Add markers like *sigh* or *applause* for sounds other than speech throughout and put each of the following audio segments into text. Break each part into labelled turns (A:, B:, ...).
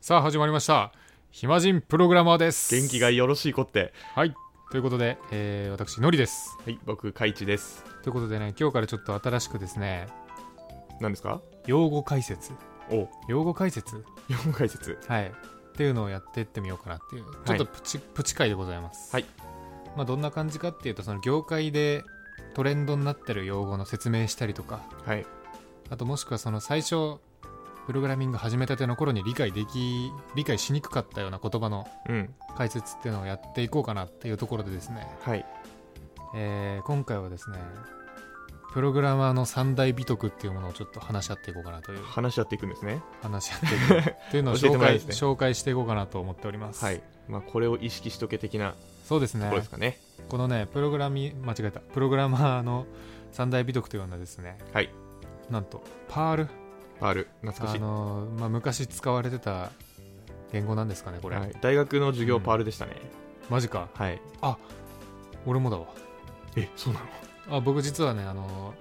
A: さあ始まりました暇人プログラマーです
B: 元気がよろしいこって
A: はいということで、えー私のりです
B: はい僕カイチです
A: ということでね今日からちょっと新しくですね
B: 何ですか
A: 用語解説
B: お
A: 用語解説
B: 用語解説
A: はいっていうのをやってってみようかなっていうちょっとプチ、プチ回でございます
B: はい
A: まあどんな感じかっていうとその業界でトレンドになってる用語の説明したりとか
B: はい
A: あともしくはその最初プログラミング始めたての頃に理解でき理解しにくかったような言葉の
B: うん
A: 解説っていうのをやっていこうかなっていうところでですね、
B: はい
A: えー今回はですねプログラマーの三大美徳っていうものをちょっと話し合っていこうかなという
B: 話し合っていくんですね
A: 話し合っ
B: *laughs*
A: ていくっていうのを
B: 教えて
A: 紹
B: もらい
A: 介,、
B: ですね
A: 紹介していこうかなと思っております、
B: はいまあこれを意識しとけ的な
A: そうですね
B: ところですかね
A: このねプログラミ間違えたプログラマーの三大美徳というのはですね
B: はい
A: なんとパール
B: パール懐か
A: あ
B: しい
A: のーまあ、昔使われてた言語なんですかねこれ、
B: はい、大学の授業パールでしたね、
A: マジか
B: はい
A: 俺もだわ
B: えそうなの
A: あ僕実はねあの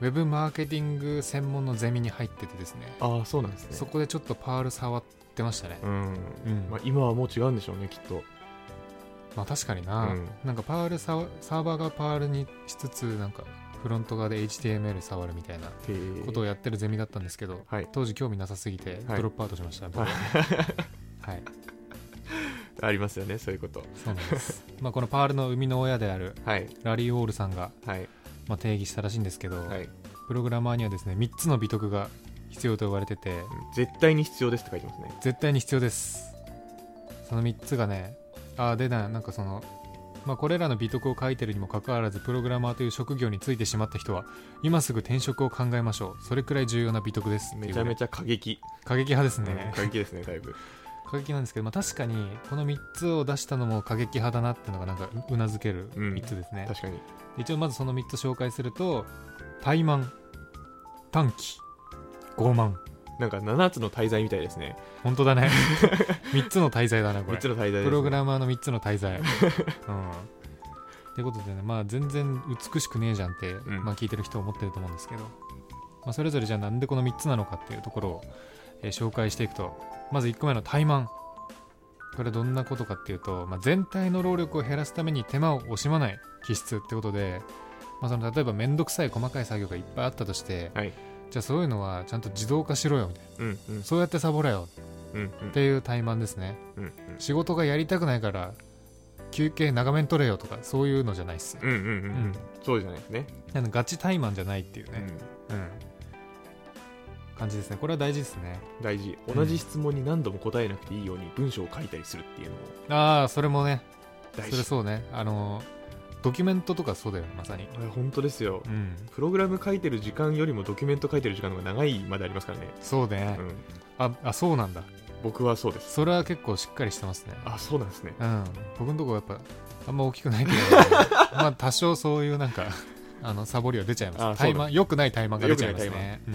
A: ウェブマーケティング専門のゼミに入っててですね
B: ああそうなんですね
A: そこでちょっとパール触ってましたね
B: うん、
A: うん
B: まあ、今はもう違うんでしょうねきっと
A: まあ確かにな、
B: うん
A: なんかパールササーバーがパールにしつつなんかフロント側で HTML 触るみたいな
B: へ
A: こ
B: ー
A: とをやってるゼミだったんですけど、
B: はい
A: 当時興味なさすぎて
B: はい
A: ドロップアウトしました、僕は *laughs* はい
B: ありますよねそういうこと
A: そうなんですまあこのパールの生みの親である
B: はい
A: ラリー・ウォールさんが、
B: はい
A: まあ、定義したらしいんですけど、
B: はい
A: プログラマーにはですね3つの美徳が必要と言われてて
B: 絶対に必要ですって書いてますね
A: 絶対に必要ですその3つがねあーでななんかそのまあこれらの美徳を書いてるにもかかわらずプログラマーという職業についてしまった人は今すぐ転職を考えましょうそれくらい重要な美徳です
B: めちゃめ
A: ち
B: ちゃ過激、
A: ゃ過激派です
B: うん
A: ね、
B: 過激ですねだ *laughs* いぶ
A: 過激なんですけど、まあ、確かにこの3つを出したのも過激派だなっていうのがなんかうなずける
B: うん
A: 3つですね、
B: 確かに
A: 一応まずその3つ紹介すると怠慢短期傲慢
B: なんか7つの滞在みたいですね。
A: 本当だ
B: *laughs*
A: ね3つの滞在だねこれ
B: 3つの滞在です、ね。
A: プログラマーの3つの滞在。うん。ってことでね、まあ全然美しくねえじゃんって、
B: ん
A: まあ聞いてる人思ってると思うんですけど、まあそれぞれじゃあなんでこの3つなのかっていうところを、えー紹介していくと、まず1個目の怠慢。これどんなことかっていうと、まあ、全体の労力を減らすために手間を惜しまない気質ってことで、まあ、その例えば面倒くさい細かい作業がいっぱいあったとして、
B: はい
A: じゃあそういうのはちゃんと自動化しろよみたいな
B: うんうん
A: そうやってサボれよ
B: うんうん
A: っていう怠慢ですね。
B: うん
A: 仕事がやりたくないから休憩長めに取れよとかそういうのじゃないっすよ
B: うんうんうんう
A: うん
B: んそうじゃないですね。
A: あのガチ怠慢じゃないっていうね、うん感じですねこれは大事ですね
B: うん大事。同じ質問に何度も答えなくていいように文章を書いたりするっていうのも
A: ああそれもね
B: 大
A: それ
B: 事。
A: そうねあのドキュメントとかそうだよねまさに
B: これ本当ですよ
A: う。ん
B: プログラム書いてる時間よりもドキュメント書いてる時間の方が長いまでありますからね。
A: そうね、
B: うん
A: ああそうなんだ
B: 僕はそうです。
A: それは結構しっかりしてますね
B: あ、そうなんですね。
A: うん僕のとこはやっぱあんま大きくないけ *laughs* どまあ多少そういうなんかあのサボりは出ちゃいま
B: あ
A: す怠
B: そうだ
A: 慢良くない怠慢が出ちゃいますねうん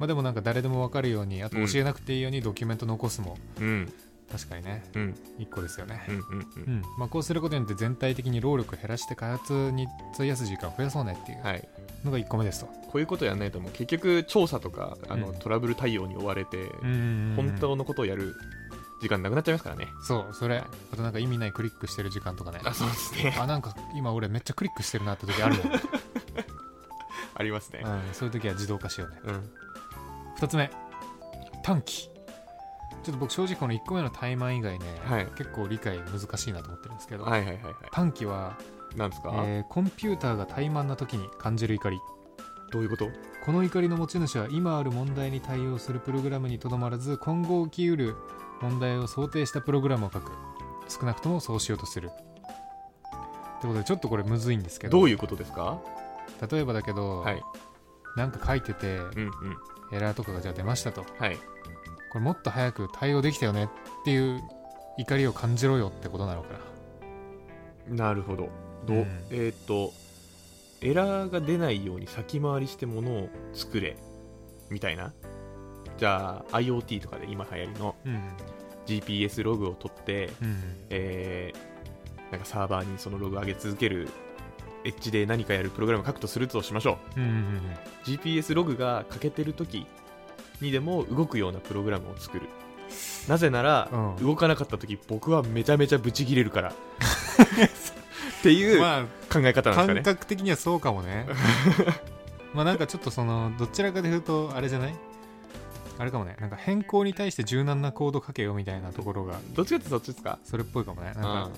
A: まあでもなんか誰でも分かるようにあと教えなくていいようにドキュメント残すも、
B: うん
A: 確かにね
B: うん
A: 一個ですよね
B: うんうん
A: う、
B: うん
A: まあ、こうすることによって全体的に労力を減らして開発に費やす時間を増やそうねってい
B: ん。
A: う
B: はい。
A: のが1個目ですと、
B: こういうことやんないともう結局調査とかあの
A: うん
B: トラブル対応に追われて
A: うん
B: 本当のことをやる時間なくなっちゃいますからね。
A: そうそれあとなんか意味ないクリックしてる時間 *laughs* とかね
B: あ、そうですね。 *laughs*
A: あなんか今俺めっちゃクリックしてるなって時あるもん、
B: ありますね。
A: *laughs* うん、そういう時は自動化しようね
B: うん。
A: 2つ目短期ちょっと僕正直この1個目の怠慢以外ね、
B: はい
A: 結構理解難しいなと思ってるんですけど、
B: はいはいはいは。
A: 短期はい
B: なんですか、
A: えーコンピューターが怠慢な時に感じる怒り
B: どういうこと
A: この怒りの持ち主は今ある問題に対応するプログラムにとどまらず今後起きうる問題を想定したプログラムを書く少なくともそうしようとするってことでちょっとこれむずいんですけど
B: どういうことですか
A: 例えばだけど、
B: はい。
A: なんか書いてて
B: うんうん。
A: エラーとかがじゃあ出ましたと
B: はい。
A: これもっと早く対応できたよねっていう怒りを感じろよってことなのかな
B: なるほど。どう
A: うん
B: えーっ、と、エラーが出ないように先回りしてものを作れ。みたいな。じゃあ、IoT とかで今流行りの
A: うん、
B: GPS ログを取って、
A: うん、
B: えー、なんかサーバーにそのログ上げ続ける。エッジで何かやるプログラムを書くとするとしましょ
A: うん、うん、
B: う。GPS ログが欠けてる時にでも動くようなプログラムを作る。
A: うん
B: なぜなら、
A: うん
B: 動かなかった時僕はめちゃめちゃブチギレるか
A: *laughs*
B: らっていう考
A: ま
B: え方
A: あ
B: なんで
A: 感
B: すかね、
A: 覚的にはそうかも
B: *laughs*
A: ねまあなんかちょっとそのどちらかというとあれじゃないあれかもねなんか変更に対して柔軟なコード書けよみたいなところが
B: どっちかってそっちですか
A: それっぽいかもねなん
B: あ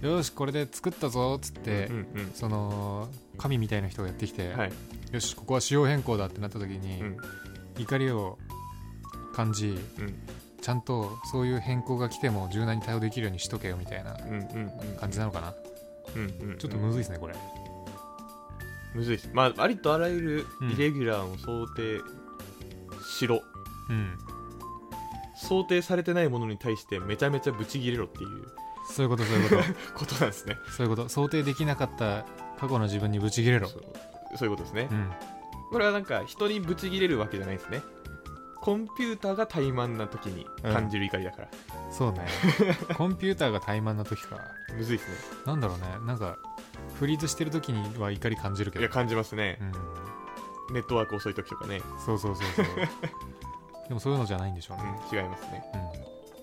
A: か、よしこれで作ったぞっつって、
B: うんうん
A: その神みたいな人がやってきて、
B: うんはい、
A: よしここは仕様変更だってなった時に、
B: うん
A: 怒りを感じ
B: うん
A: ちゃんとそういう変更が来ても柔軟に対応できるようにしとけよみたいな
B: うんうんうん
A: 感じなのかな、
B: うんうん
A: ちょっとむずいですねこれ
B: むずいですまあありとあらゆる
A: うん
B: イレギュラーを想定しろ、
A: うん
B: 想定されてないものに対してめちゃめちゃブチギレろっていう
A: そういうことそういうこと
B: ことなんですね
A: そういうこと想定できなかった過去の自分にブチギレろ
B: そうそういうことですね
A: う、ん
B: これはなんか人にブチギレるわけじゃないですねコンピューターが怠慢な時に感じる怒りだから、
A: そうねコンピューターが怠慢な時か
B: むずいですね
A: なんだろうねなんかフリーズしてる時には怒り感じるけ
B: い
A: ど
B: や感じますね
A: う、ん
B: ネットワーク遅い時とかね、
A: そうそうそうそうでもそういうのじゃないんでしょうね、
B: うん、違いますね
A: うん
B: こ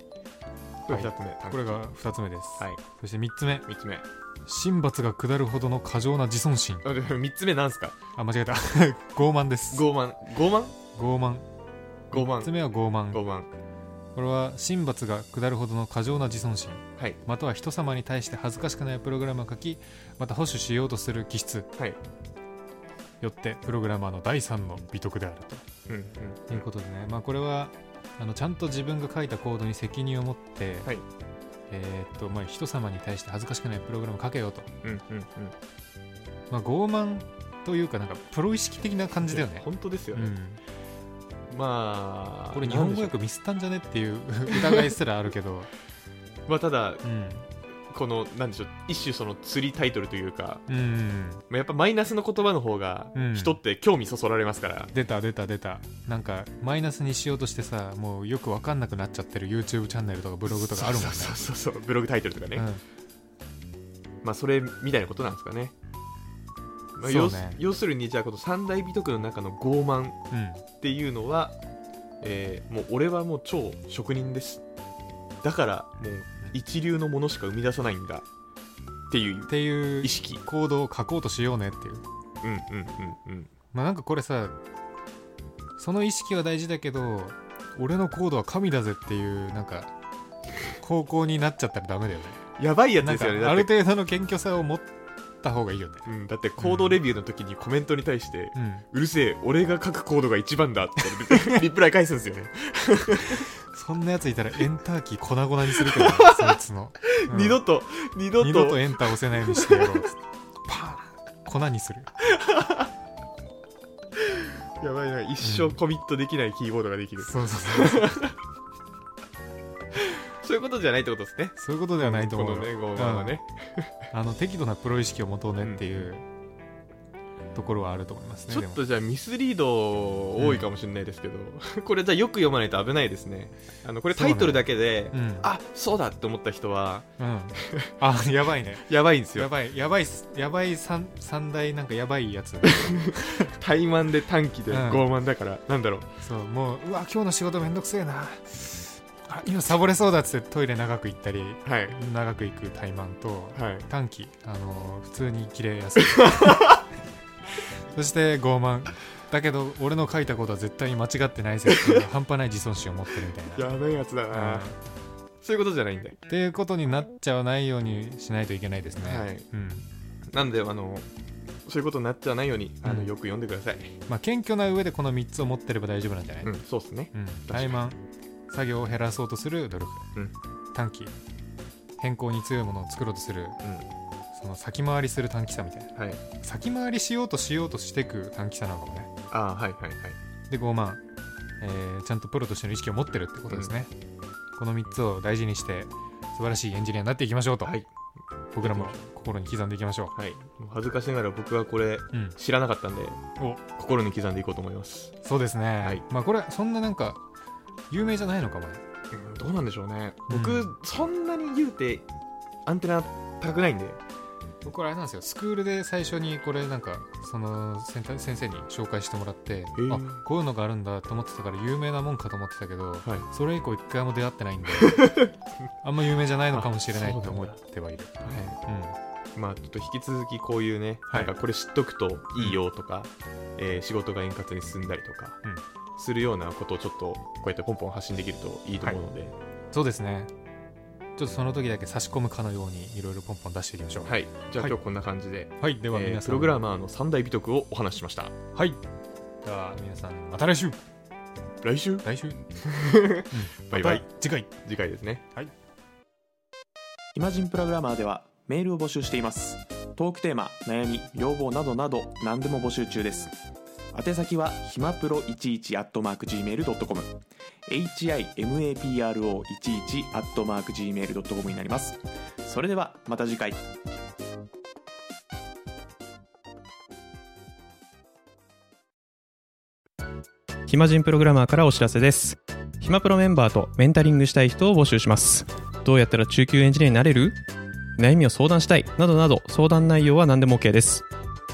B: れ
A: はい
B: 2つ目、
A: これが2つ目です、
B: はい
A: そして3つ目
B: 3つ目
A: 神罰が下るほどの過剰な自尊心
B: あで3つ目なんすか
A: あ間違えた傲慢です
B: 傲慢傲慢
A: 傲慢
B: 傲
A: 3つ
B: 慢
A: 目は傲慢
B: 傲慢
A: これは神罰が下るほどの過剰な自尊心
B: はい
A: または人様に対して恥ずかしくないプログラムを書きまた保守しようとする気質
B: はい
A: よってプログラマーの第三の美徳である
B: うんうん
A: ということでね、まあ、これはあのちゃんと自分が書いたコードに責任を持って、
B: はい
A: えーっとまあ、人様に対して恥ずかしくないプログラムを書けようと、
B: うんうんうん
A: まあ、傲慢というかなんかプロ意識的な感じだよね、
B: 本当ですよ
A: う
B: ね、
A: ん、
B: まあ
A: これ日本語
B: なんでし
A: 訳ミスったんじゃねっていう疑いすらあるけど、
B: ょ *laughs* うまあただ
A: うん、
B: このなんでしょう一種その釣りタイトルというか、
A: うんうん
B: まあ、やっぱマイナスの言葉の方が
A: うん
B: 人って興味そそられますから、
A: 出た出た出たなんかマイナスにしようとしてさもうよく分かんなくなっちゃってる YouTube チャンネルとかブログとかあるもんね
B: そうそうそうそうブログタイトルとかね、
A: うん
B: まあそれみたいなことなんですかね、ま
A: そ
B: あ
A: う
B: 要
A: ね
B: す要するにじゃあこの三大美徳の中の傲慢
A: うん
B: っていうのは、えーもう俺はもう超職人ですだからもう一流のものしか生み出さないんだっていう
A: っていう
B: 意識
A: 行動を書こうとしようねっていう
B: うんうんうんうん
A: まあなんかこれさその意識は大事だけど俺のコードは神だぜっていうなんか高校になっちゃったらダメだよね
B: やばいやつ
A: なん
B: です
A: か
B: よねだ
A: あ
B: っ
A: る
B: て
A: 程度の謙虚さを持った方がいいよね
B: うん、だってコードレビューの時にコメントに対して、
A: うん
B: うるせえ俺が書くコードが一番だってリリプライ返すんですよね、
A: そんなやついたらエンターキー粉々にするけどね
B: *laughs*
A: そいつの、うん
B: 二度と二度と
A: 二度とエンター押せないようにしてやろうっつって *laughs* パーン粉にする
B: やばいな一生コミットできないキーボードができる、
A: そうそうそう
B: そういうことじゃないってことですね
A: そういうことではないと思うよ
B: このね傲慢はね、
A: あの適度なプロ意識を持とうねっていうところはあると思いますね
B: ちょっとじゃあミスリード多いかもしれないですけど、これじゃあよく読まないと危ないですねあのこれタイトルだけ
A: で
B: で、
A: もうん
B: あそうだって思った人は
A: うん、あやばいね
B: やばいんです
A: や
B: よ
A: ばいやばいっすやばい三三大なんかやばいやつ
B: 怠慢で短期で
A: うん
B: 傲慢だから、なんだろう
A: そうもううわ今日の仕事めんどくせえなあ今サボれそうだっつってトイレ長く行ったり
B: はい
A: 長く行く怠慢と
B: はい
A: 短期、あのー普通に切れやすいそして傲慢だけど俺の書いたことは絶対に間違ってないぜっていう半端ない自尊心を持ってるみたいな
B: やばいやつだな、
A: うん
B: そういうことじゃないんで
A: っていうことになっちゃわないようにしないといけないですね、
B: はい
A: うん
B: なんであのそういうことになっちゃわないようにあの、
A: うん
B: よく読んでください、
A: まあ、謙虚な上でこの3つを持ってれば大丈夫なんじゃない、
B: うん、そうっすね
A: うん、
B: か
A: 怠
B: に
A: 慢作業を減らそうとする努力、
B: うん
A: 短期変更に強いものを作ろうとする
B: うん
A: その先回りする短期さみたいな
B: はい
A: 先回りしようとしようとしてく短期さなのかもね
B: ああはいはいはい
A: で5万、えーちゃんとプロとしての意識を持ってるってことですね、この3つを大事にして素晴らしいエンジニアになっていきましょうと、
B: はい
A: 僕らも心に刻んでいきましょ
B: はいもう恥ずかしながら僕はこれ
A: う、うん、
B: 知らなかったんで
A: お
B: 心に刻んでいこうと思います、
A: そうですね、
B: い
A: まあこれそんななんか有名じゃないのかもね
B: うんどうなんでしょうね
A: う
B: 僕、そんなに言うてアンテナ高くないんで
A: 僕はあれなんですよスクールで最初にこれなんかその先先生に紹介してもらって
B: ー
A: あこういうのがあるんだと思ってたから有名なもんかと思ってたけど、
B: はい
A: それ以降一回も出会ってないんであんま有名じゃないのかもしれない
B: あ
A: と
B: そうな
A: 思
B: んだ
A: ってはいる
B: は
A: うん
B: い、まあちょっと引き続きこういうね、
A: はい
B: なんかこれ知っとくといいよとか、えー仕事が円滑に進んだりとか、
A: うん
B: するようなことをちょっとこうやってポンポン発信できるといいと思うので、
A: そうですねちょっとその時だけ差し込むかのようにいろいろポンポン出していきましょう
B: はい、じゃあ
A: はい
B: 今日こんな感じで、
A: はい、では
B: えー
A: 皆さん、
B: プログラマーの三大美徳をお話ししました
A: はいでは皆さんまた来週
B: 来週
A: 来週
B: バイバイ
A: また次回
B: 次回ですね
C: イマジンプログラマーではメールを募集していますトークテーマ悩み要望などなど何でも募集中です宛先はひまプロ11 at mark gmail.com himapro11 at mark gmail.com になりますそれではまた次回
D: 暇人プログラマーからお知らせです暇プロメンバーとメンタリングしたい人を募集しますどうやったら中級エンジニアになれる悩みを相談したいなどなど相談内容は何でも OK です